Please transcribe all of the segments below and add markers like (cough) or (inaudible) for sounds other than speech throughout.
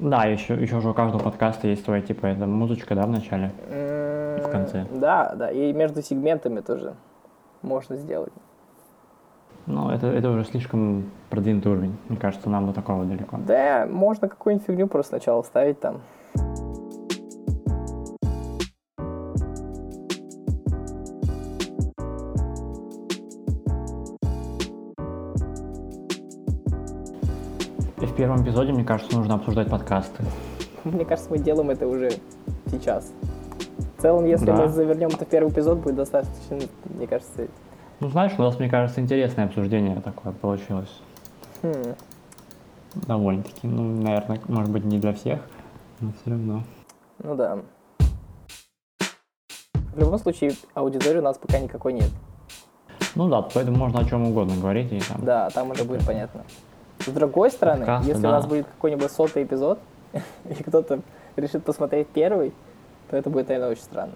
Да, еще, еще же у каждого подкаста есть своя, типа, это музычка, да, в начале? В конце. Э, Да, да. И между сегментами тоже можно сделать. Ну, это, это уже слишком продвинутый уровень. Мне кажется, нам до такого далеко. Да, можно какую-нибудь фигню просто сначала ставить там. (laughs) И в первом эпизоде, мне кажется, нужно обсуждать подкасты. Мне кажется, мы делаем это уже сейчас. В целом, если Да. мы завернем это в первый эпизод, будет достаточно, мне кажется, Ну, знаешь, у нас, мне кажется, интересное обсуждение такое получилось. хм, Довольно-таки. Ну, наверное, может быть, не для всех, но все равно. ну да. В любом случае, аудитории у нас пока никакой нет. Ну да, поэтому можно о чем угодно говорить и там. Да, там уже будет понятно. С другой стороны, Подкасты, если да. у нас будет какой-нибудь сотый эпизод, (laughs) и кто-то решит посмотреть первый, то это будет, наверное, очень странно.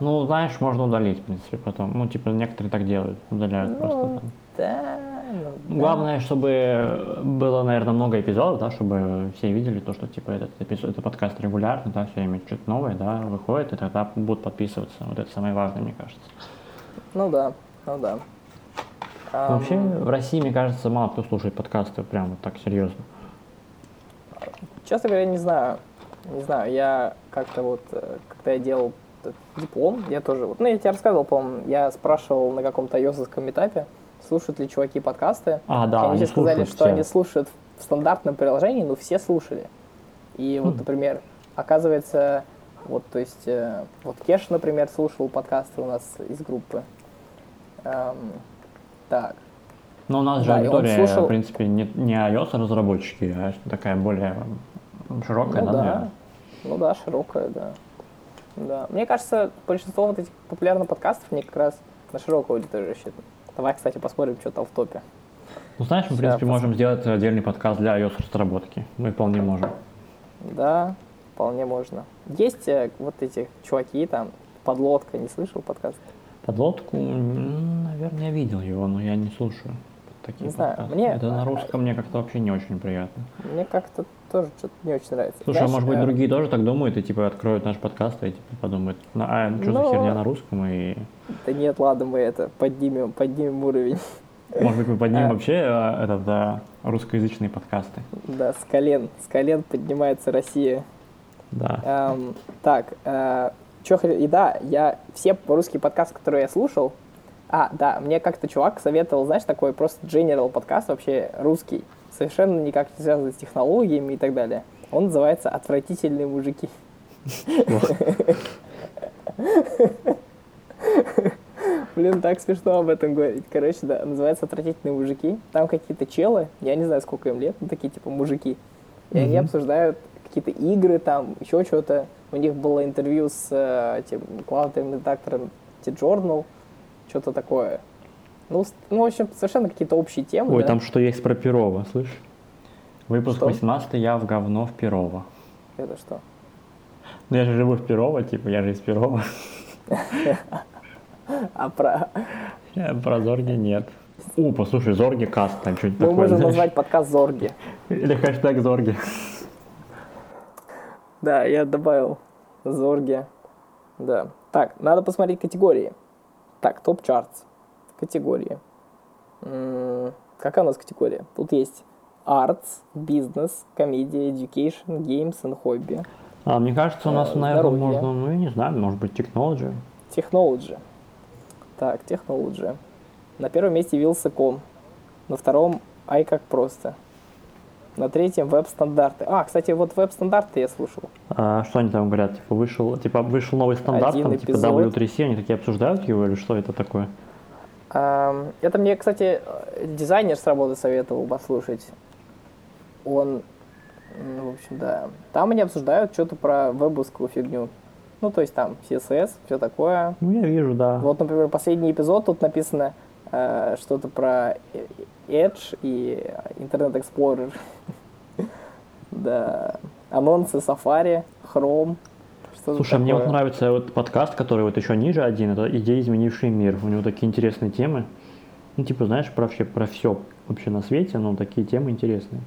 Ну, знаешь, можно удалить, в принципе, потом. Ну, типа, некоторые так делают, удаляют просто там. Да, ну, да. Главное, чтобы было, наверное, много эпизодов, да, чтобы все видели то, что типа этот эпизод, это подкаст регулярно, да, все время что-то новое, да, выходит, и тогда будут подписываться. Вот это самое важное, мне кажется. Ну да, ну да. Ам, Вообще, в России, мне кажется, мало кто слушает подкасты прям вот так серьезно. Честно говоря, не знаю. Не знаю, я как-то вот, э, когда я делал этот диплом, я тоже вот, ну, я тебе рассказывал, по-моему, я спрашивал на каком-то айосовском этапе, слушают ли чуваки подкасты. А, да, И они они мне сказали, слушают что все. они слушают в стандартном приложении, но все слушали. И Хм. вот, например, оказывается, вот, то есть, э, вот Кеш, например, слушал подкасты у нас из группы. Эм, так, Но у нас же Да, и он аудитория, слушал- в принципе, не, не iOS разработчики, а такая более м, широкая, Ну да, да. наверное. Ну да, широкая, да. Да. Мне кажется, большинство вот этих популярных подкастов, они как раз на широкую аудиторию рассчитаны. Давай, кстати, посмотрим, что там в топе. Ну, знаешь, мы, в Всё, принципе, пос- можем сделать отдельный подкаст для iOS разработки. Мы вполне можем. Да, вполне можно. Есть э, вот эти чуваки там, подлодка, не слышал подкаст? Подлодку, м, наверное, я видел его, но я не слушаю. Такие Не знаю, подкасты. мне- Это на русском мне как-то вообще не очень приятно. Мне как-то тоже что-то не очень нравится. Слушай, а Знаешь, может быть э, другие тоже так думают и типа откроют наш подкаст и типа подумают, «На- а что за Ну- херня на русском и Да нет, ладно, мы это поднимем, поднимем уровень. (laughs) может быть мы поднимем А. вообще э, этот да, русскоязычные подкасты. Да, с колен, с колен поднимается Россия. Да. Эм, так, э, чё хо- и да, я все русские подкасты, которые я слушал, а, да, мне как-то чувак советовал, знаешь, такой просто general подкаст, вообще русский, совершенно никак не связанный с технологиями и так далее. Он называется «Отвратительные мужики». Блин, так смешно об этом говорить. Короче, да, называется «Отвратительные мужики». Там какие-то челы, я не знаю, сколько им лет, ну, такие типа мужики. И они Мгм. обсуждают какие-то игры там, еще что-то. У них было интервью с э, этим главным редактором T-Journal, что-то такое. Ну, с- ну, в общем, совершенно какие-то общие темы. Ой, ну да. там что есть про Перова, слышь? Выпуск Что? 18 я в говно в Перова. Это что? Ну я же живу в Перово, типа я же из Перова. (laughs) А про... Э, Про Зорги нет. О, послушай, Зорги каст, там что-нибудь Мы такое. можем знаешь? назвать подкаст «Зорги». Или хэштег Зорги. Да, я добавил Зорги. Да. Так, надо посмотреть категории. Так, топ-чартс. Категории. М, Какая у нас категория? Тут есть arts, бизнес, комедия, education, games and hobby. А, мне кажется, у нас, Э, наверное, здоровье. можно, ну, я не знаю, может быть, technology. Technology. Так, technology. На первом месте Вилсаком. На втором Ай как просто. На третьем веб-стандарты. А, кстати, вот веб-стандарты я слушал. А, что они там говорят? Типа вышел, типа вышел новый стандарт, Один там, типа эпизод. W3C, они такие обсуждают его или что это такое? Ам, Это мне, кстати, э, дизайнер с работы советовал послушать. Он, м, в общем, да. Там они обсуждают что-то про вебовскую фигню. Ну, то есть там CSS, все такое. Ну я вижу, да. Вот, например, последний эпизод, тут написано э, что-то про э, Edge и Internet Explorer. (laughs) Да. Анонсы Safari, Chrome. что-то Слушай, мне вот такое. нравится вот подкаст, который вот еще ниже один, это «Идеи, изменившие мир». У него такие интересные темы. Ну, типа, знаешь, про вообще про все вообще на свете, но такие темы интересные.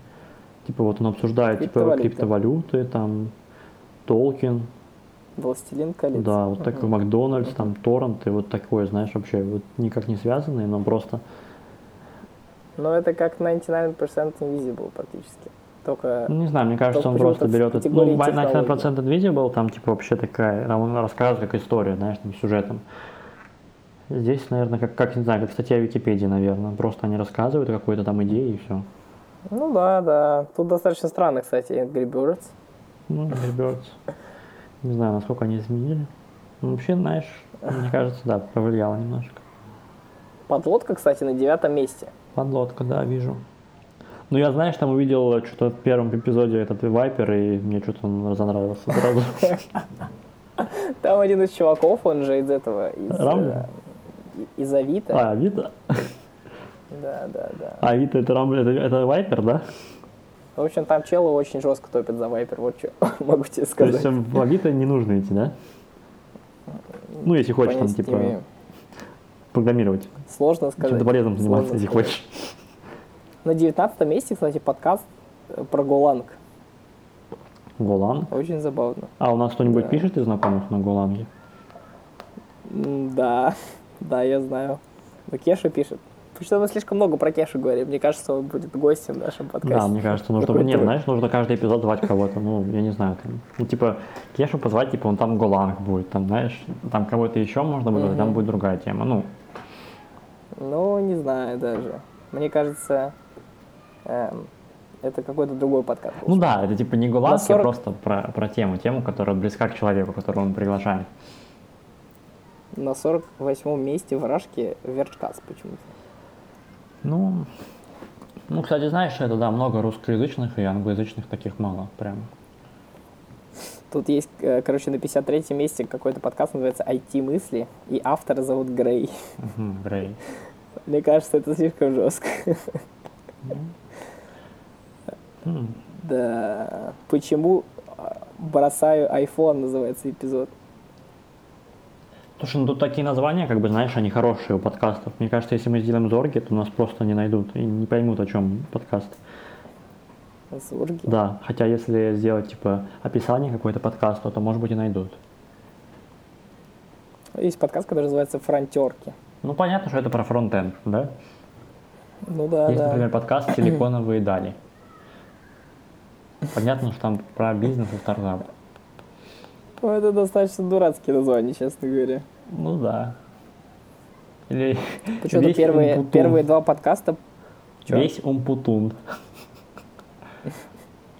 Типа вот он обсуждает типа Криптовалюты. криптовалюты, там, Толкин, Властелин колец. да, вот такой Макдональдс, там, Торрент, и вот такое, знаешь, вообще вот никак не связанные, но просто Но это как 99% Invisible практически. Только Ну, Не знаю, мне кажется, он почему-то просто в берет... это- категории Ну, Вай- на технологий. 50% видео был, там, типа, вообще такая... Там он рассказывает как историю, знаешь, там, сюжетом. Здесь, наверное, как, как, не знаю, как статья в Википедии, наверное. Просто они рассказывают о какой-то там идеи и все. Ну да, да. Тут достаточно странно, кстати, Angry Birds. Ну, ребят, не знаю, насколько они изменили. Ну, вообще, знаешь, мне кажется, да, повлияло немножко. Подлодка, кстати, на девятом месте. Подлодка, да, вижу. Ну, я, знаешь, там увидел э, что-то в первом эпизоде этот Вайпер, и мне что-то он разонравился (laughs) сразу. Там один из чуваков, он же из этого, из, Рамблер? э, и- из Авито. А, Авито? Да, да, да. Авито — это Рамблер, это- это Вайпер, да? В общем, там челы очень жестко топят за Вайпер, вот что (laughs) могу тебе То есть сказать. э, в Авито не нужно идти, да? Ну, если хочешь, там, Понятия не типа, имею. программировать. Сложно сказать. Чем-то полезным заниматься, Сложно если сказать. хочешь. На девятнадцатом месте, кстати, подкаст э, про Голанг. Голан. Очень забавно. А у нас кто-нибудь Да. пишет из знакомых на Голанге? М, Да, да, я знаю. Но Кеша пишет. Потому мы слишком много про Кешу говорим. Мне кажется, он будет гостем в нашем подкасте. Да, мне кажется, нужно... Какой Нет, труд. знаешь, нужно каждый эпизод звать кого-то. Ну, я не знаю. Там, ну, типа, Кешу позвать, типа, он там Голанг будет. Там, знаешь, там кого-то еще можно будет, а там Мгм. будет другая тема. Ну, Ну, не знаю даже. Мне кажется, эм, это какой-то другой подкаст. был. ну да, это типа не Голанг, а 40. просто про, про тему. Тему, которая близка к человеку, которого мы приглашаем. На 48 месте в Рашке Верчкас почему-то. Ну, ну, кстати, знаешь, это, да, много русскоязычных и англоязычных таких мало, прям. Тут есть, э, короче, на 53 месте какой-то подкаст называется «IT-мысли», и автора зовут Грей. (laughs) Мгм, Грей. Мне кажется, это слишком жестко. (laughs) М, Да. Почему а, бросаю iPhone называется эпизод? Слушай, ну тут такие названия, как бы, знаешь, они хорошие у подкастов. Мне кажется, если мы сделаем Зорги, то нас просто не найдут и не поймут, о чем подкаст. Сурги. Да, хотя если сделать, типа, описание какой-то подкаста, то, может быть, и найдут. Есть подкаст, который называется «Фронтерки». Ну, понятно, что это про фронтенд, да? Ну да, Есть, да. например, (clears throat) подкаст «Силиконовые дали». Понятно, что там про бизнес и стартап. Ну, это достаточно дурацкие названия, честно говоря. Ну да. Или Почему-то весь первые, Умпутун. первые два подкаста... Чё? Весь Умпутун.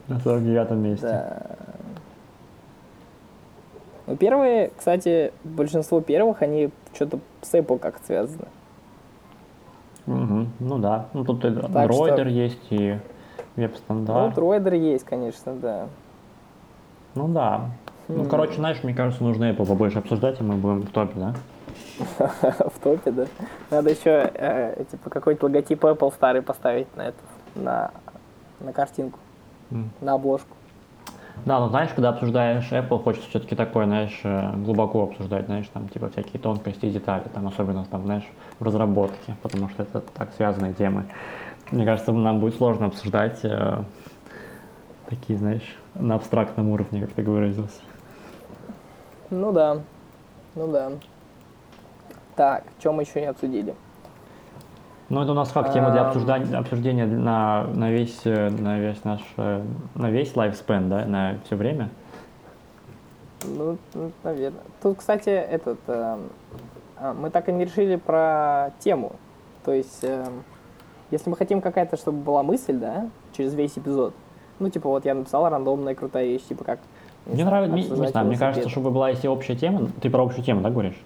На 49 месте. Да. э, Ну, первые, кстати, большинство первых, они что-то с Apple как связаны. Мгм, Ну да. Ну тут и что- Дроидер есть, и Ну, веб-стандарт. Droider есть, конечно, да. (laughs) Ну да. Ну, М. короче, знаешь, мне кажется, нужно Apple побольше обсуждать, и мы будем в топе, да? В топе, да. Надо еще, э, типа, какой-то логотип Apple старый поставить на это, на, на картинку, М. на обложку. Да, ну знаешь, когда обсуждаешь Apple, хочется все-таки такое, знаешь, э, глубоко обсуждать, знаешь, там, типа, всякие тонкости и детали, там, особенно, там, знаешь, в разработке, потому что это так связанные темы. Мне кажется, нам будет сложно обсуждать э, такие, знаешь, на абстрактном уровне, как ты выразился. Ну да, ну да. Так, чем мы еще не обсудили? Ну, это у нас как тема для Ам. обсуждания, обсуждения на, на весь, э, на весь наш, э, на весь лайфспен, да, на все время. Ну, ну, наверное. Тут, кстати, этот, эм, а, мы так и не решили про тему. То есть, эм, если мы хотим какая-то, чтобы была мысль, да, через весь эпизод, ну, типа, вот я написал рандомная крутая вещь, типа, как... не Мне знаю, нравится, не, не обсуждать знаю, мне кажется, велосипед. чтобы была, если общая тема, ты про общую тему, да, говоришь?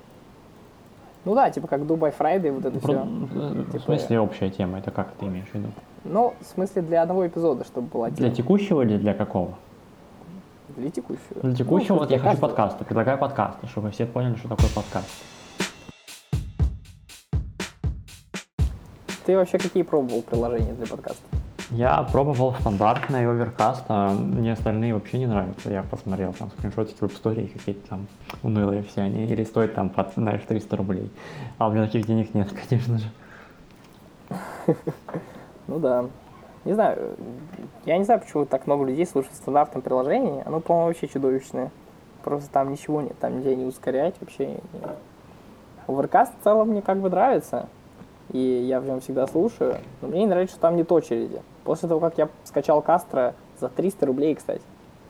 Ну да, типа, как Дубай Фрайдей, вот это Про- все. э, В Типа- смысле общая тема? Это как ты имеешь в виду? Ну, в смысле, для одного эпизода, чтобы была Для тема. текущего или для какого? Для текущего. Для текущего Ну, вот я для хочу каждого. подкасты. Предлагаю подкасты, чтобы все поняли, что такое подкаст. Ты вообще какие пробовал приложения для подкаста? Я пробовал стандартный оверкаст, а мне остальные вообще не нравятся. Я посмотрел там скриншотики веб-стории какие-то там унылые все они. Или стоят там под, знаешь, 300 рублей. А у меня таких денег нет, конечно же. Ну да. Не знаю, я не знаю, почему так много людей слушают стандартное приложение. Оно, по-моему, вообще чудовищное. Просто там ничего нет, там нельзя не ускорять вообще. Overcast в целом мне как бы нравится. И я в нем всегда слушаю. Но мне не нравится, что там нет очереди. После того, как я скачал Кастро за 300 рублей, кстати.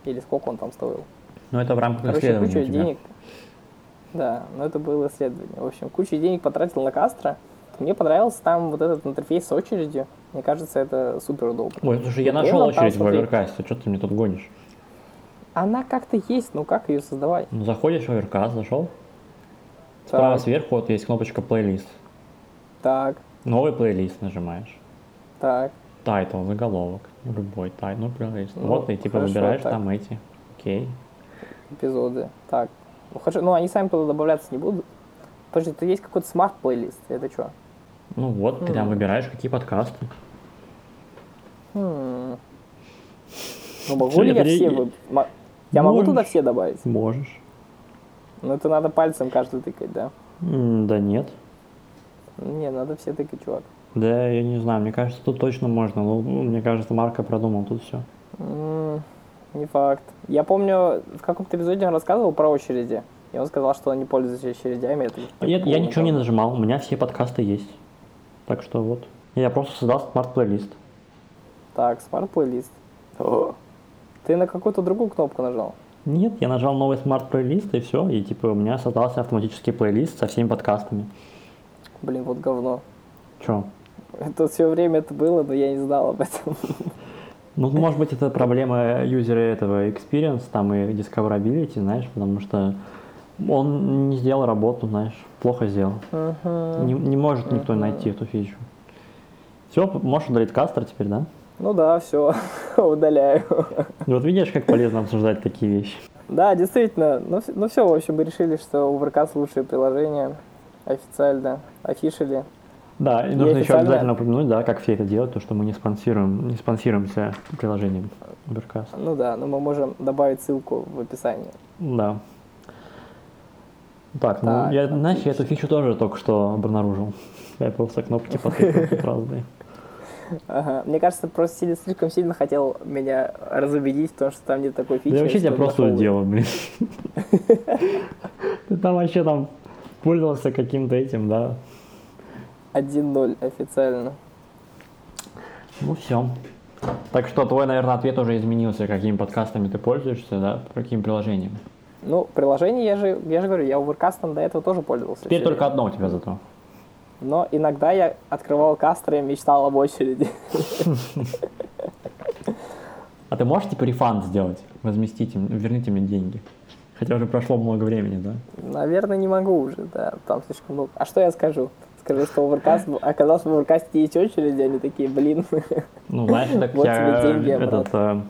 Или сколько он там стоил. Ну, это в рамках Короче, исследования кучу у тебя. денег. Да, но это было исследование. В общем, кучу денег потратил на Кастро. Мне понравился там вот этот интерфейс с очередью. Мне кажется, это супер удобно. Ой, слушай, я Ну, нашел там, очередь в смотри. Overcast, что ты мне тут гонишь? Она как-то есть, но как ее создавать? Ну, заходишь в Overcast, зашел, справа Так, сверху вот есть кнопочка плейлист. так, Новый плейлист нажимаешь. так. Тайтл, заголовок, ну, любой тайтл, ну, плейлист. Ну, вот, и типа хорошо, выбираешь так. там эти. Окей. эпизоды. Так. Ну, хорошо, ну они сами туда добавляться не будут. Подожди, тут есть какой-то смарт-плейлист. Это что? Ну вот, ты там М. выбираешь, какие подкасты. Ну, могу Чё, ли я я при- все... вы- ма- Я могу Можешь. туда все добавить? Можешь. Ну, это надо пальцем каждый тыкать, да? М, Да нет. Не, надо все тыкать, чувак. Да, я не знаю, мне кажется, тут точно можно. Ну, ну, мне кажется, Марко продумал тут все. М, Не факт. Я помню, в каком-то эпизоде он рассказывал про очереди. И он сказал, что он не пользуется очередями. Это типа Нет, я полный ничего не бред. нажимал, у меня все подкасты есть. Так что вот. Я просто создал смарт-плейлист. Так, смарт-плейлист. О, Ты на какую-то другую кнопку нажал. Нет, я нажал новый смарт-плейлист и все, и типа у меня создался автоматический плейлист со всеми подкастами. Блин, вот говно. Чё? Это все время это было, но я не знал об этом. Ну, может быть, это проблема юзера этого Experience, там и Discoverability, знаешь, потому что он не сделал работу, знаешь, плохо сделал. Не, не может никто Мгм. найти эту фичу. Все, можешь удалить кастер теперь, да? Ну да, все, (laughs) удаляю. И вот видишь, как полезно обсуждать такие вещи. да, действительно, ну, вс- ну все, в общем, мы решили, что Overcast лучшее приложение. Официально, офишили. Да, и нужно еще официально- обязательно упомянуть, да, как все это делают, то, что мы не спонсируем, не спонсируемся приложением Ubercast. Ну да, но мы можем добавить ссылку в описании. Да. Так, ну, Так, я, знаешь, я эту фичу тоже только что обнаружил. Я просто кнопки потыкал тут разные. Ага. Мне кажется, просто Сили слишком сильно хотел меня разубедить в том, что там нет такой фичи. Да я вообще тебя что просто нашел ее. дело, блин. (laughs) Ты там вообще там пользовался каким-то этим, да. 1-0 официально. Ну все. Так что твой, наверное, ответ уже изменился, какими подкастами ты пользуешься, да, каким приложением. Ну, приложение, я же, я же говорю, я Overcast до этого тоже пользовался. Теперь всё только время. одно у тебя зато. Но иногда я открывал кастер и мечтал об очереди. (laughs) А ты можешь типа рефанд сделать? Возместите, м- верните мне деньги. Хотя уже прошло много времени, да? Наверное, не могу уже, да, там слишком много. А что я скажу? Скажу, что Overcast, б- оказалось, в Overcast есть очереди, они такие, блин. (laughs) Ну, знаешь, так Вот я тебе деньги обратно. этот, э,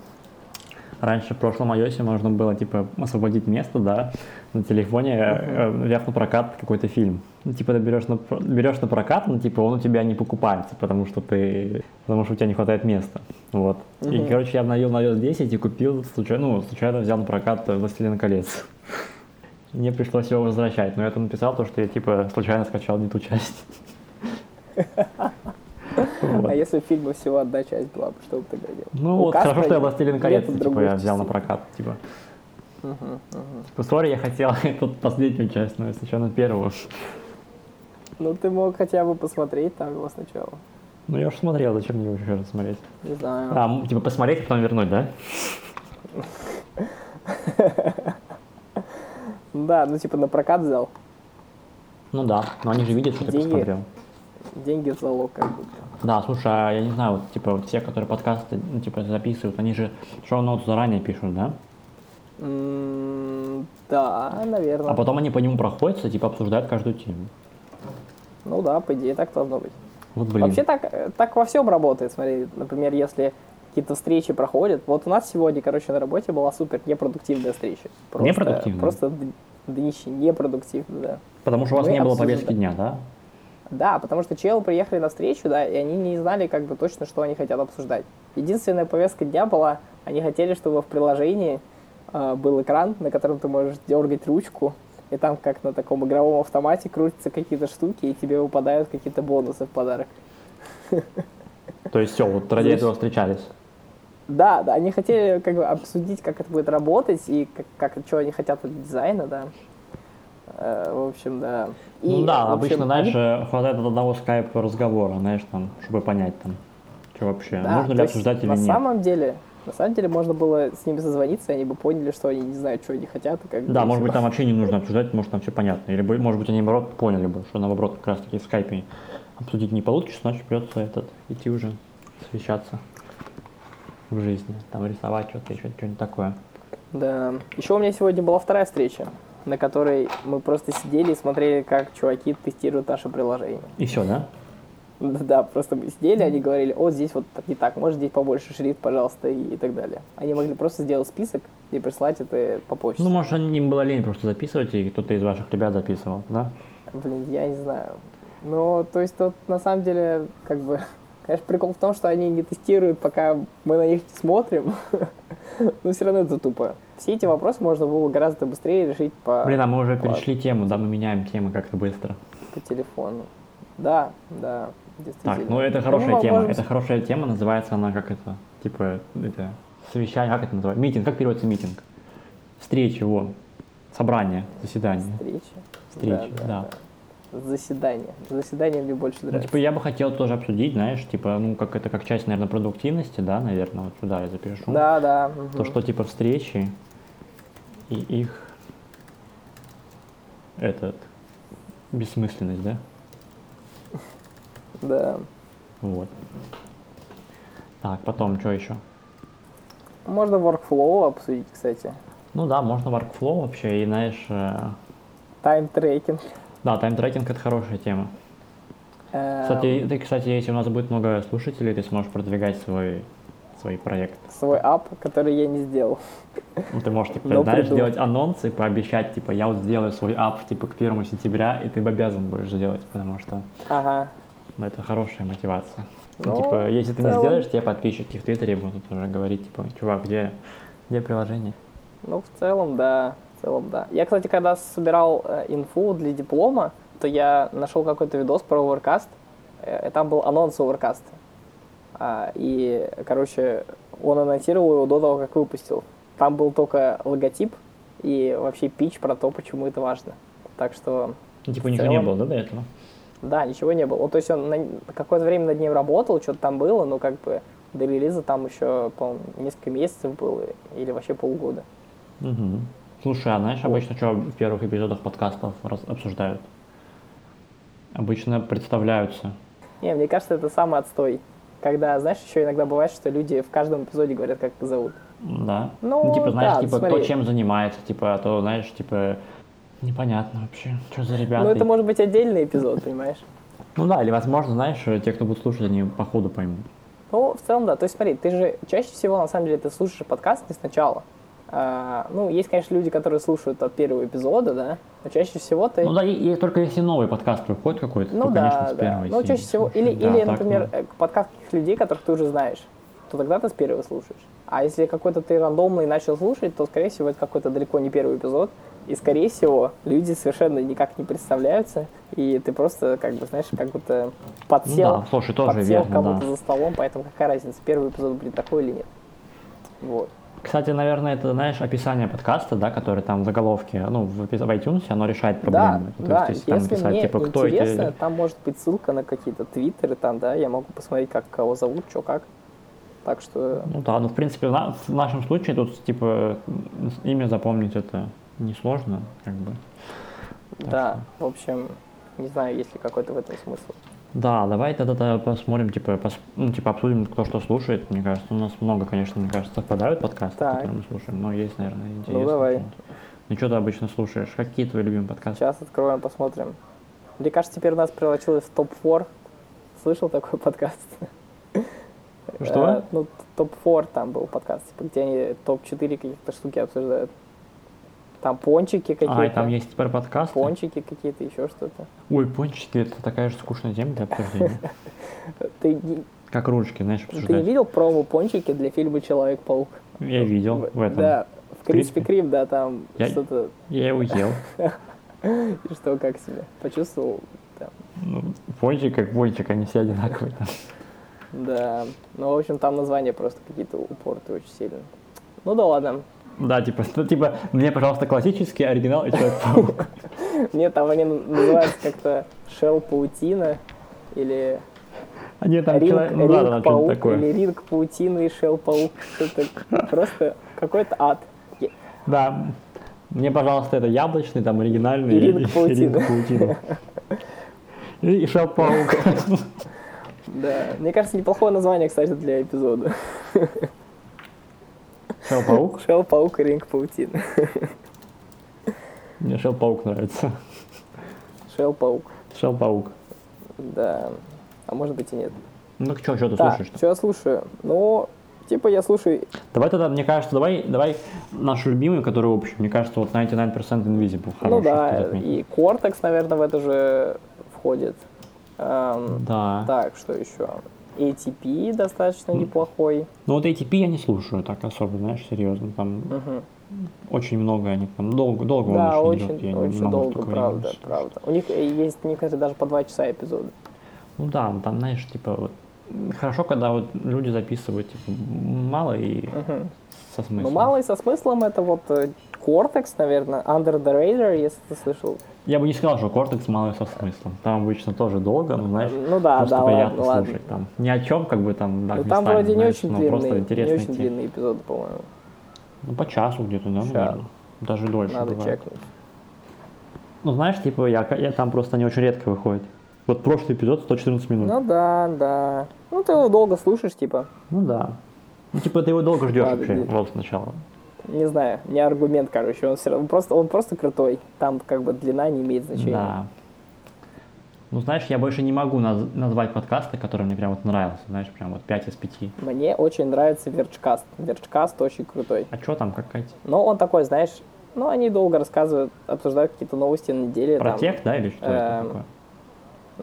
раньше в прошлом iOS можно было типа освободить место, да, на телефоне э, э, взяв на прокат какой-то фильм. Ну, типа ты берешь на, про- берешь на прокат, но типа он у тебя не покупается, потому что ты, потому что у тебя не хватает места. Вот. И, Мгм. короче, я обновил на iOS 10 и купил случайно, ну, случайно взял на прокат э, «Властелин колец». (laughs) Мне пришлось его возвращать, но я там написал то, что я типа случайно скачал не ту часть. (laughs) Вот. А если фильма всего одна часть была, бы, что бы тогда делал? Ну У вот, хорошо, Кастера что я нет- «Властелин нет колец» типа, другой я взял на части. прокат. Типа, Мгм, мгм. типа, сори, я хотел (laughs) эту последнюю часть, но я сначала первую. Ну, ты мог хотя бы посмотреть там его сначала. Ну я уж смотрел, зачем мне его еще раз смотреть? Не знаю. А, м, типа посмотреть, потом вернуть, да? Да, ну типа на прокат взял. Ну да, но они же видят, что ты Деньги. посмотрел. Деньги в залог как будто. Да, слушай, а я не знаю, вот, типа, вот все, которые подкасты, ну, типа, записывают, они же шоу-ноут заранее пишут, да? М, Да, наверное. А потом они по нему проходятся, типа, обсуждают каждую тему. Ну да, по идее так должно быть. Вот, блин. Вообще так, э, так во всем работает. Смотри, например, если какие-то встречи проходят. Вот у нас сегодня, короче, на работе была супер непродуктивная встреча. Просто, Непродуктивная? Просто д- днище, непродуктивно, да. Потому что у вас мы не было обсуждаем. повестки дня, да? Да, потому что челы приехали на встречу, да, и они не знали как бы точно, что они хотят обсуждать. Единственная повестка дня была, они хотели, чтобы в приложении э, был экран, на котором ты можешь дергать ручку, и там как на таком игровом автомате крутятся какие-то штуки, и тебе выпадают какие-то бонусы в подарок. То есть все, вот ради Здесь- этого встречались. Да, да, они хотели как бы обсудить, как это будет работать и как, как чего они хотят от дизайна, да. Э, в общем, да. И, ну да, в общем, обычно, они- знаешь, э, хватает одного скайп разговора, знаешь, там, чтобы понять там, что вообще, Да, нужно ли то есть обсуждать или на нет. самом деле, на самом деле можно было с ними созвониться, и они бы поняли, что они не знают, что они хотят. И как бы Да, всё. может быть, там вообще не нужно обсуждать, может, там все понятно. Или, бы- может быть, они, наоборот, поняли бы, что, наоборот, как раз-таки в скайпе обсудить не получится, значит, придется этот, идти уже свещаться в жизни, там, рисовать что-то, еще что-нибудь такое. Да. Еще у меня сегодня была вторая встреча, на которой мы просто сидели и смотрели, как чуваки тестируют наше приложение. (laughs) И все, да? Да, да, просто мы сидели, они говорили, о, здесь вот так не так, может здесь побольше шрифт, пожалуйста, и, и так далее. Они могли просто сделать список и прислать это по почте. Ну, может, они- им было лень просто записывать, и кто-то из ваших ребят записывал, да? Блин, я не знаю. Ну, то есть тут на самом деле, как бы, (laughs) конечно, прикол в том, что они не тестируют, пока мы на них не смотрим. (laughs) Но все равно это тупо. Все эти вопросы можно было гораздо быстрее решить по, Блин, а мы уже ладно. перешли тему, да, мы меняем темы как-то быстро. по телефону. Да, да, действительно. Так, ну это Ну, хорошая мы тема. можем- Это хорошая тема, называется она как это, типа, это, совещание, как это называется? Митинг, как переводится митинг? Встреча, вот. Собрание, заседание. Встреча. Встреча, да. Заседание. Заседание мне больше Ну, нравится. типа, я бы хотел тоже обсудить, знаешь, типа, ну, как это, как часть, наверное, продуктивности, да, наверное, вот сюда я запишу. Да, да. То, мгм. что, типа, встречи и их, этот, бессмысленность, да? Да. Вот. Так, потом, что еще? Можно workflow обсудить, кстати. Ну да, можно workflow вообще, и, знаешь, э, Тайм-трекинг. Да, тайм-трекинг это хорошая тема. Эм, Кстати, ты, кстати, если у нас будет много слушателей, ты сможешь продвигать свой свой проект. свой ап, который я не сделал. Ну, Ты можешь, типа, Ну, знаешь, придумай. делать анонсы, пообещать, типа, я вот сделаю свой ап, типа, к первому сентября, и ты обязан будешь сделать, потому что Ага. ну, это хорошая мотивация. Ну, Ну, типа, если в ты не целом. сделаешь, тебе подписчики в Твиттере будут уже говорить, типа, чувак, где, где приложение? Ну, в целом, да. В целом, да. Я, кстати, когда собирал э, инфу для диплома, то я нашел какой-то видос про Overcast. Э, там был анонс Overcast. А, и, короче, он анонсировал его до того, как выпустил. Там был только логотип и вообще пич про то, почему это важно. Так что Ну, типа, В ничего не целом. было, да, до этого? Да, ничего не было. Ну, то есть он на- какое-то время над ним работал, что-то там было, но как бы до релиза там еще, по-моему, несколько месяцев было или вообще полгода. Мгм. Слушай, а знаешь, обычно что в первых эпизодах подкастов раз- обсуждают? Обычно представляются. Не, мне кажется, это самый отстой. Когда, знаешь, еще иногда бывает, что люди в каждом эпизоде говорят, как их зовут. Да. Ну, типа, знаешь, да, типа, кто смотри. чем занимается, типа, а то, знаешь, типа, непонятно вообще, что за ребята. ну, это может быть отдельный эпизод, понимаешь? Ну да, или, возможно, знаешь, те, кто будут слушать, они по ходу поймут. Ну, в целом, да. То есть, смотри, ты же чаще всего, на самом деле, ты слушаешь подкаст не сначала. А, ну, есть, конечно, люди, которые слушают от первого эпизода, да, но чаще всего ты... Ну да, и, и только если новый подкаст выходит какой-то, Ну то, да, конечно, с да. первой Ну, серии чаще (laughs) всего. Или, слушать. Да, или так, например, ну. э, подкаст каких людей, которых ты уже знаешь, то тогда ты с первого слушаешь. А если какой-то ты рандомный начал слушать, то, скорее всего, это какой-то далеко не первый эпизод. И, скорее всего, люди совершенно никак не представляются. И ты просто, как бы, знаешь, как будто Ну подсел, да, слушай, тоже подсел к верно, кому-то да. за столом, поэтому какая разница, первый эпизод будет такой или нет. Вот. Кстати, наверное, это, знаешь, описание подкаста, да, который там в заголовке, ну, в, опис- в iTunes, оно решает Да, проблемы. Ну, то да, есть, если, если, там написать, мне типа, кто интересно, эти... там может быть ссылка на какие-то твиттеры, там, да, я могу посмотреть, как кого зовут, что как. Так что, Ну да, ну, в принципе, в, на- в нашем случае тут, типа, м, имя запомнить это несложно, как бы. да, в общем, не знаю, есть ли какой-то в этом смысл. Да, давай тогда посмотрим, типа, пос- ну, типа обсудим, кто что слушает. Мне кажется, у нас много, конечно, мне кажется, совпадают подкасты, Так. которые мы слушаем, но есть, наверное, интересные. давай. какие-то. Ну что ты обычно слушаешь? Какие твои любимые подкасты? Сейчас откроем, посмотрим. Мне кажется, теперь нас превратилось в топ-4. Слышал такой (laughs) подкаст? Э, Что? ну, топ-4 там был подкаст, типа, где они топ-4 каких-то штуки обсуждают. Там пончики какие-то, А, и там есть теперь подкасты. пончики какие-то, еще что-то. Ой, пончики это такая же скучная тема для (laughs) обсуждения. Ты не- Как ручки, знаешь, Ты не обсуждать. видел промо-пончики для фильма «Человек-паук»? Я видел в этом. Да, в Криспи? «Криспи Крип», да, там Я- что-то, (laughs) Я его ел. что, как себе, почувствовал? Ну, Пончик как пончик, они все одинаковые. там. Да. Ну, в общем, там названия просто какие-то упорты очень сильно. Ну да ладно. Да, типа, что- типа, мне, пожалуйста, классический оригинал и Человек-паук. Нет, там они называются как-то Shell Паутина или Они там Ринг, человек... Ну да, да, да, что-то паук такое. или Ринг Паутина и Shell Паук. Что-то просто какой-то ад. И Да. Мне, пожалуйста, это яблочный, там, оригинальный. И ринг паутины. (laughs) паутины. И шел-паук. Да. Мне кажется, неплохое название, кстати, для эпизода. Шел-паук? Шел паук и ринг паутина. Мне шел-паук нравится. Шел паук. Шел-паук. Да. А может быть и нет. Ну, что, что ты так, слушаешь? что я слушаю? Ну, типа я слушаю... Давай тогда, мне кажется, давай, давай нашу любимую, которая общая. Мне кажется, вот 99% Invisible. ну хорошая, да, стоит отметить. и Кортекс, наверное, в это же входит. Эм, Да. Так, что еще? ATP достаточно Хм. неплохой. Но вот ATP я не слушаю так особо, знаешь, серьезно. Там Мгм. очень много они там долго, долго он Да, очень очень, идет, я не очень могу долго, столько времени правда, слушать. правда. У них э, есть некоторые даже по два часа эпизоды. Ну да, ну там, знаешь, типа вот хорошо, когда вот люди записывают, типа, мало и Мгм. со смыслом. Ну, мало и со смыслом это вот э, Cortex, наверное, Under the Radar, если ты слышал. Я бы не сказал, что кортекс мало и со смыслом. Там обычно тоже долго, но знаешь, Ну да, просто да, приятно ладно, ладно. слушать. Там ни о чем, как бы там, да, Ну, там вроде не очень просто длинные, не интересные очень темы. длинные эпизоды, по-моему. Ну, по часу где-то, да, Час. наверное. Даже дольше Надо бывает. чекнуть. Ну, знаешь, типа, я, я там просто они очень редко выходят. Вот прошлый эпизод 114 минут. Ну да, да. Ну ты его долго слушаешь, типа. Ну да. Ну, типа, ты его долго ждешь Ладно, вообще, нет. вот сначала. Не знаю, не аргумент, короче, он все равно просто, он просто крутой. Там как бы длина не имеет значения. Да. Ну, знаешь, я больше не могу наз- назвать подкасты, которые мне прям вот нравился, знаешь, прям вот 5 из 5. Мне очень нравится Верчкаст. Верчкаст очень крутой. А что там, какая-то? Но он такой, знаешь, ну они долго рассказывают, обсуждают какие-то новости на неделе. Про там. тех, да, или что это эм, такое?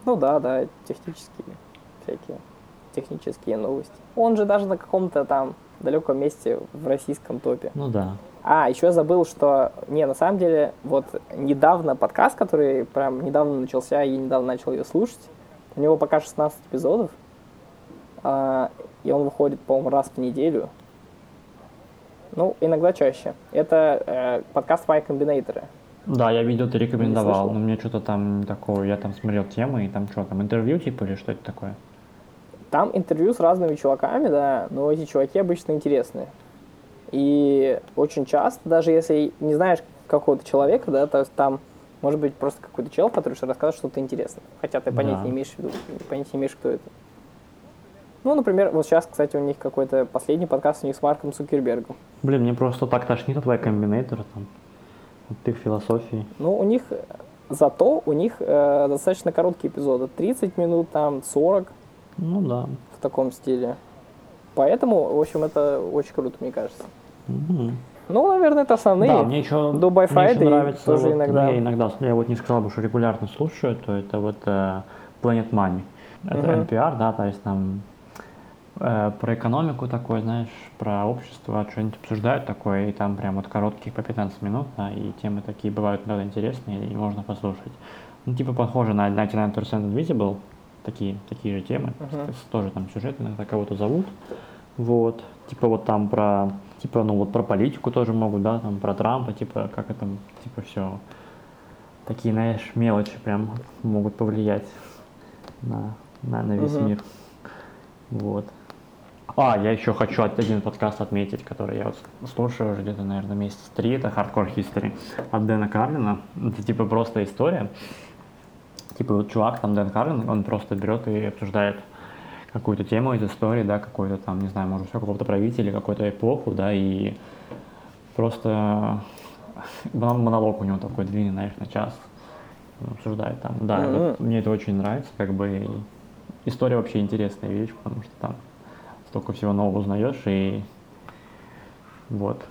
Ну да, да, технические всякие, технические новости. Он же даже на каком-то там далеком месте в российском топе. Ну да. А, еще забыл, что, не, на самом деле, вот недавно подкаст, который прям недавно начался, я недавно начал ее слушать, у него пока 16 эпизодов, а, и он выходит, по-моему, раз в неделю. Ну, иногда чаще. Это э, подкаст Y Combinator. Да, я видел, ты рекомендовал, слышал. но мне что-то там такого, я там смотрел темы, и там что, там интервью типа или что это такое? Там интервью с разными чуваками, да, но эти чуваки обычно интересные. И очень часто, даже если не знаешь какого-то человека, да, то есть там может быть просто какой-то чел, который что-то расскажет что-то интересное. Хотя ты понять Да. не имеешь в виду, понять не имеешь, кто это. Ну, например, вот сейчас, кстати, у них какой-то последний подкаст у них с Марком Цукербергом. Блин, мне просто так тошнит от комбинатора там, от их философии. Ну, у них э, зато у них э, достаточно короткие эпизоды. 30 минут, там 40 Ну да. в таком стиле. Поэтому, в общем, это очень круто, мне кажется. Мгм. Ну, наверное, это основные. да, мне еще, Дубай мне еще Friday нравится, тоже вот, иногда. Я иногда, я вот не сказал бы, что регулярно слушаю, то это вот э, Planet Money. Это Мгм. NPR, да, то есть там э, про экономику такое, знаешь, про общество, а что-нибудь обсуждают такое, и там прям вот коротких по 15 минут, да, и темы такие бывают иногда интересные, и можно послушать. Ну, типа, похоже на 99% Invisible, такие, такие же темы, Мгм. с- тоже там сюжет, иногда кого-то зовут, вот, типа вот там про, типа, ну вот про политику тоже могут, да, там про Трампа, типа, как это, типа, все, такие, знаешь, мелочи прям могут повлиять на, на, на весь Мгм. мир, вот. А, я еще хочу от- один подкаст отметить, который я вот слушаю уже где-то, наверное, месяц три. Это Hardcore History от Дэна Карлина. Это типа просто история. Типа вот чувак, там Дэн Карлин, он просто берет и обсуждает какую-то тему из истории, да, какой-то там, не знаю, может, какого-то правителя, какую-то эпоху, да, и просто мон- монолог у него такой длинный, знаешь, на час Он обсуждает там. Да, Мгм. вот мне это очень нравится, как бы и история вообще интересная вещь, потому что там столько всего нового узнаешь и вот.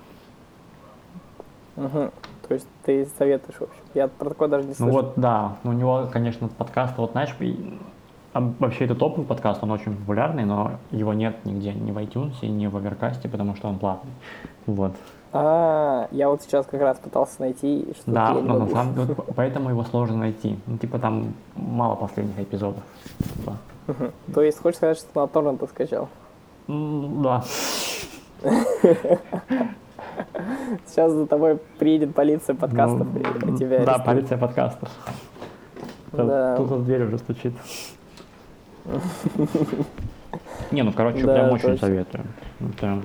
Мгм. То есть ты советуешь, в общем. Я про такое даже не Ну слышал. вот, да, у него, конечно, подкаст, вот знаешь, и- а вообще это топовый подкаст, он очень популярный, но его нет нигде, ни в iTunes, ни в Overcast, потому что он платный. Вот. А, я вот сейчас как раз пытался найти что-то. Да, я не но на могу. Ну, (laughs) самом деле, поэтому его сложно найти. Ну, типа там мало последних эпизодов. Да. То есть хочешь сказать, что на торренты скачал? М, Да. Сейчас за тобой приедет полиция подкастов Ну, и тебя Да, арестуют. полиция подкастов. Тут Да. тут в дверь уже стучит. Не, ну короче, Да, прям очень точно. советую. Это,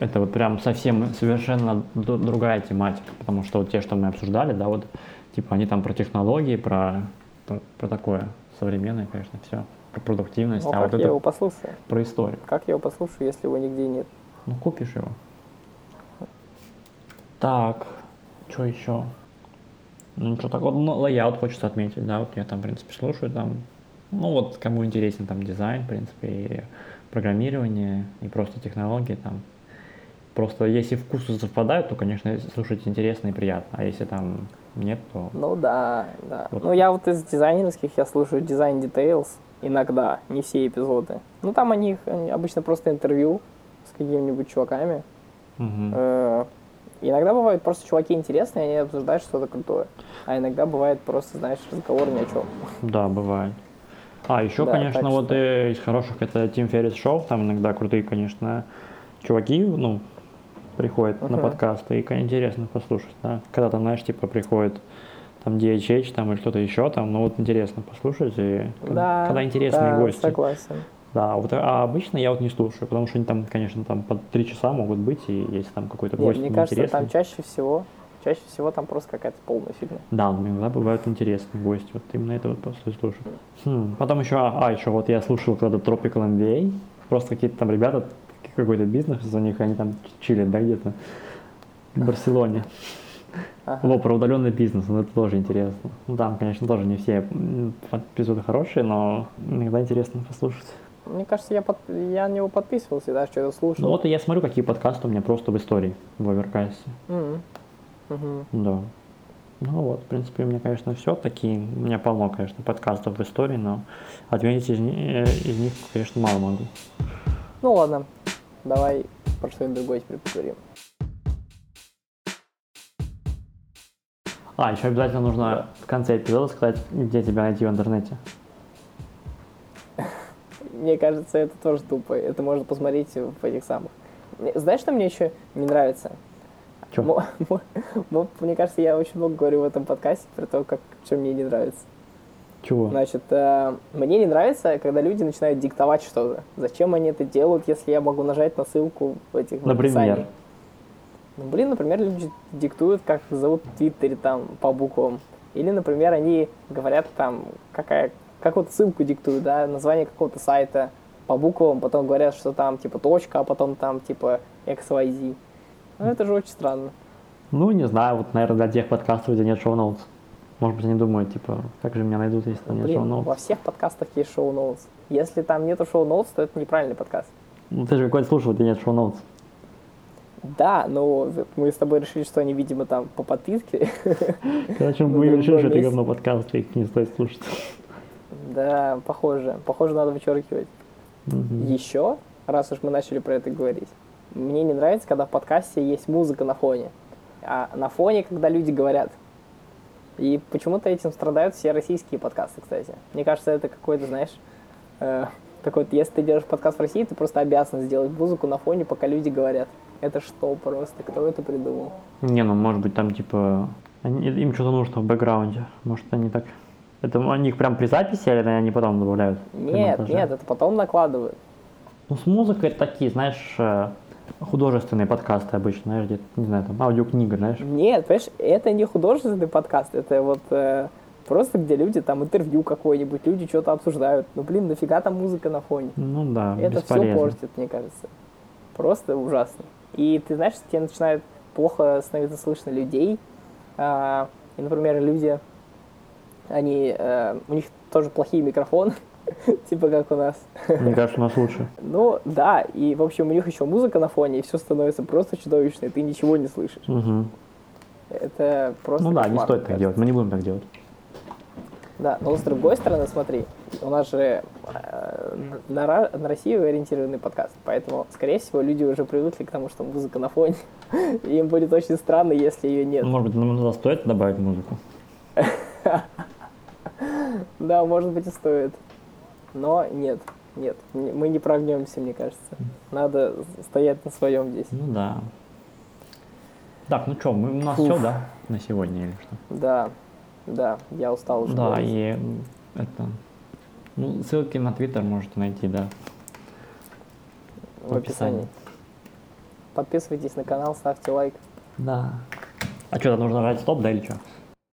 это вот прям совсем совершенно ду- другая тематика, потому что вот те, что мы обсуждали, да, вот типа они там про технологии, про, про, про такое современное, конечно, все, про продуктивность, О, а как вот я это его послушаю? про историю. Как я его послушаю, если его нигде нет? Ну, купишь его. Так, что еще? Ну, ничего такого. Ну, лайаут хочется отметить, да, вот я там, в принципе, слушаю, там, ну, вот кому интересен там дизайн, в принципе, и программирование, и просто технологии там. Просто если вкусы совпадают, то, конечно, слушать интересно и приятно, а если там нет, то... Ну да, да. Вот. Ну я вот из дизайнерских я слушаю дизайн Details иногда, не все эпизоды. Ну там они, их- они обычно просто интервью с какими-нибудь чуваками. Мгм. Э, Иногда бывают просто чуваки интересные, они обсуждают что-то крутое. А иногда бывает просто, знаешь, разговор ни о чем. Да, бывает. А, еще, Да, конечно, так вот что- э, из хороших это Тим Феррис Шоу, там иногда крутые, конечно, чуваки, ну, приходят на Мгм. подкасты, и кон- интересно послушать, да. Когда там, знаешь, типа, приходит там DHH там или кто-то еще там, ну вот интересно послушать, и когда, Да, когда интересные да, гости. согласен. Да, вот, а обычно я вот не слушаю, потому что они там, конечно, там под три часа могут быть, и если там какой-то Нет, гость мне кажется, неинтересный. там чаще всего, чаще всего там просто какая-то полная фигня. Да, но иногда бывают интересные гости. Вот именно это вот просто и слушаю. Хм, Потом еще, а, еще вот я слушал когда Tropical MBA. Просто какие-то там ребята, какой-то бизнес за них, они там чилят, да, где-то в Барселоне. Ага. Во, про удаленный бизнес, ну это тоже интересно. Ну там, конечно, тоже не все м, эпизоды хорошие, но иногда интересно послушать. Мне кажется, я, под- я на него подписывался, да, что-то Ну слушал. вот я смотрю, какие подкасты у меня просто в истории в Оверкасте. Мгм. Мгм. Да. Ну вот, в принципе, у меня, конечно, все такие. У меня полно, конечно, подкастов в истории, но отметить из, ни- э, из них, конечно, мало могу. Ну ладно, давай про что-нибудь другое теперь поговорим. А, еще обязательно нужно в конце эпизода сказать, где тебя найти в интернете. Мне кажется, это тоже тупо. Это можно посмотреть в этих самых. Мне- Знаешь, что мне еще не нравится? Чё? Мо- мо- мо- Мне кажется, я очень много говорю в этом подкасте про то, как что мне не нравится. Чего? Значит, э, мне не нравится, когда люди начинают диктовать что-то. Зачем они это делают, если я могу нажать на ссылку в этих в Например. описании? Ну, блин, например, люди диктуют, как их зовут в Твиттере там по буквам. Или, например, они говорят там, какая, какую-то ссылку диктуют, да, название какого-то сайта по буквам, потом говорят, что там типа точка, а потом там типа XYZ. Ну, это же очень странно. Ну, не знаю, вот, наверное, для тех подкастов, где нет шоу-ноутс. Может быть, они думают, типа, как же меня найдут, если там нет Блин, во шоу-ноутс? всех подкастах есть шоу-ноутс. Если там нету шоу-ноутс, то это неправильный подкаст. Ну, ты же какой-то слушал, где нет (laughs) шоу-ноутс. Да, но мы с тобой решили, что они, видимо, там по подписке. (laughs) Короче, На мы другом решили, что это месте. говно подкаст, и их не стоит (laughs) слушать. Да, похоже. Похоже, надо вычеркивать. Мгм. Еще, раз уж мы начали про это говорить, мне не нравится, когда в подкасте есть музыка на фоне. А на фоне, когда люди говорят. И почему-то этим страдают все российские подкасты, кстати. Мне кажется, это какой-то, знаешь, э, такой, вот, если ты делаешь подкаст в России, ты просто обязан сделать музыку на фоне, пока люди говорят. Это что просто? Кто это придумал? Не, ну может быть там типа они- им что-то нужно в бэкграунде. Может они так. Это они их прям при записи или они потом добавляют? при Нет, монтаже? нет, это потом накладывают. Ну с музыкой это такие, знаешь, э, художественные подкасты обычно, знаешь, где не знаю, там аудиокнига, знаешь. Нет, понимаешь, это не художественный подкаст, это вот э, просто где люди там интервью какое-нибудь, люди что-то обсуждают. Ну блин, нафига там музыка на фоне? Ну да, это все бесполезно. портит, мне кажется. Просто ужасно. И ты знаешь, тебе начинает плохо становиться слышно людей. А, и, например, люди, они, э, у них тоже плохие микрофоны, (laughs) типа как у нас. (laughs) Мне кажется, у нас лучше. Ну да, и в общем у них еще музыка на фоне, и все становится просто чудовищно, и ты ничего не слышишь. Мгм. Это просто... Ну да, не кошмар, стоит мне так кажется. делать. Мы не будем так делать. Да, но с другой стороны, смотри, у нас же э, на, Ра- на Россию ориентированный подкаст, поэтому, скорее всего, люди уже привыкли к тому, что музыка на фоне, (laughs) и им будет очень странно, если ее нет. Ну, Может быть, нам туда стоит добавить музыку. Да, может быть, и стоит. но нет, нет, н- мы не прогнемся, мне кажется. Надо стоять на своем здесь. Ну да. Так, ну что, мы, у нас Фуф. все, да? На сегодня или что? Да, да, я устал уже. Да, говорить. и м, это... Ну, ссылки на Твиттер можете найти, да. в описании. Подписывайтесь на канал, ставьте лайк. Да. А что, нужно нажать стоп, да, или что?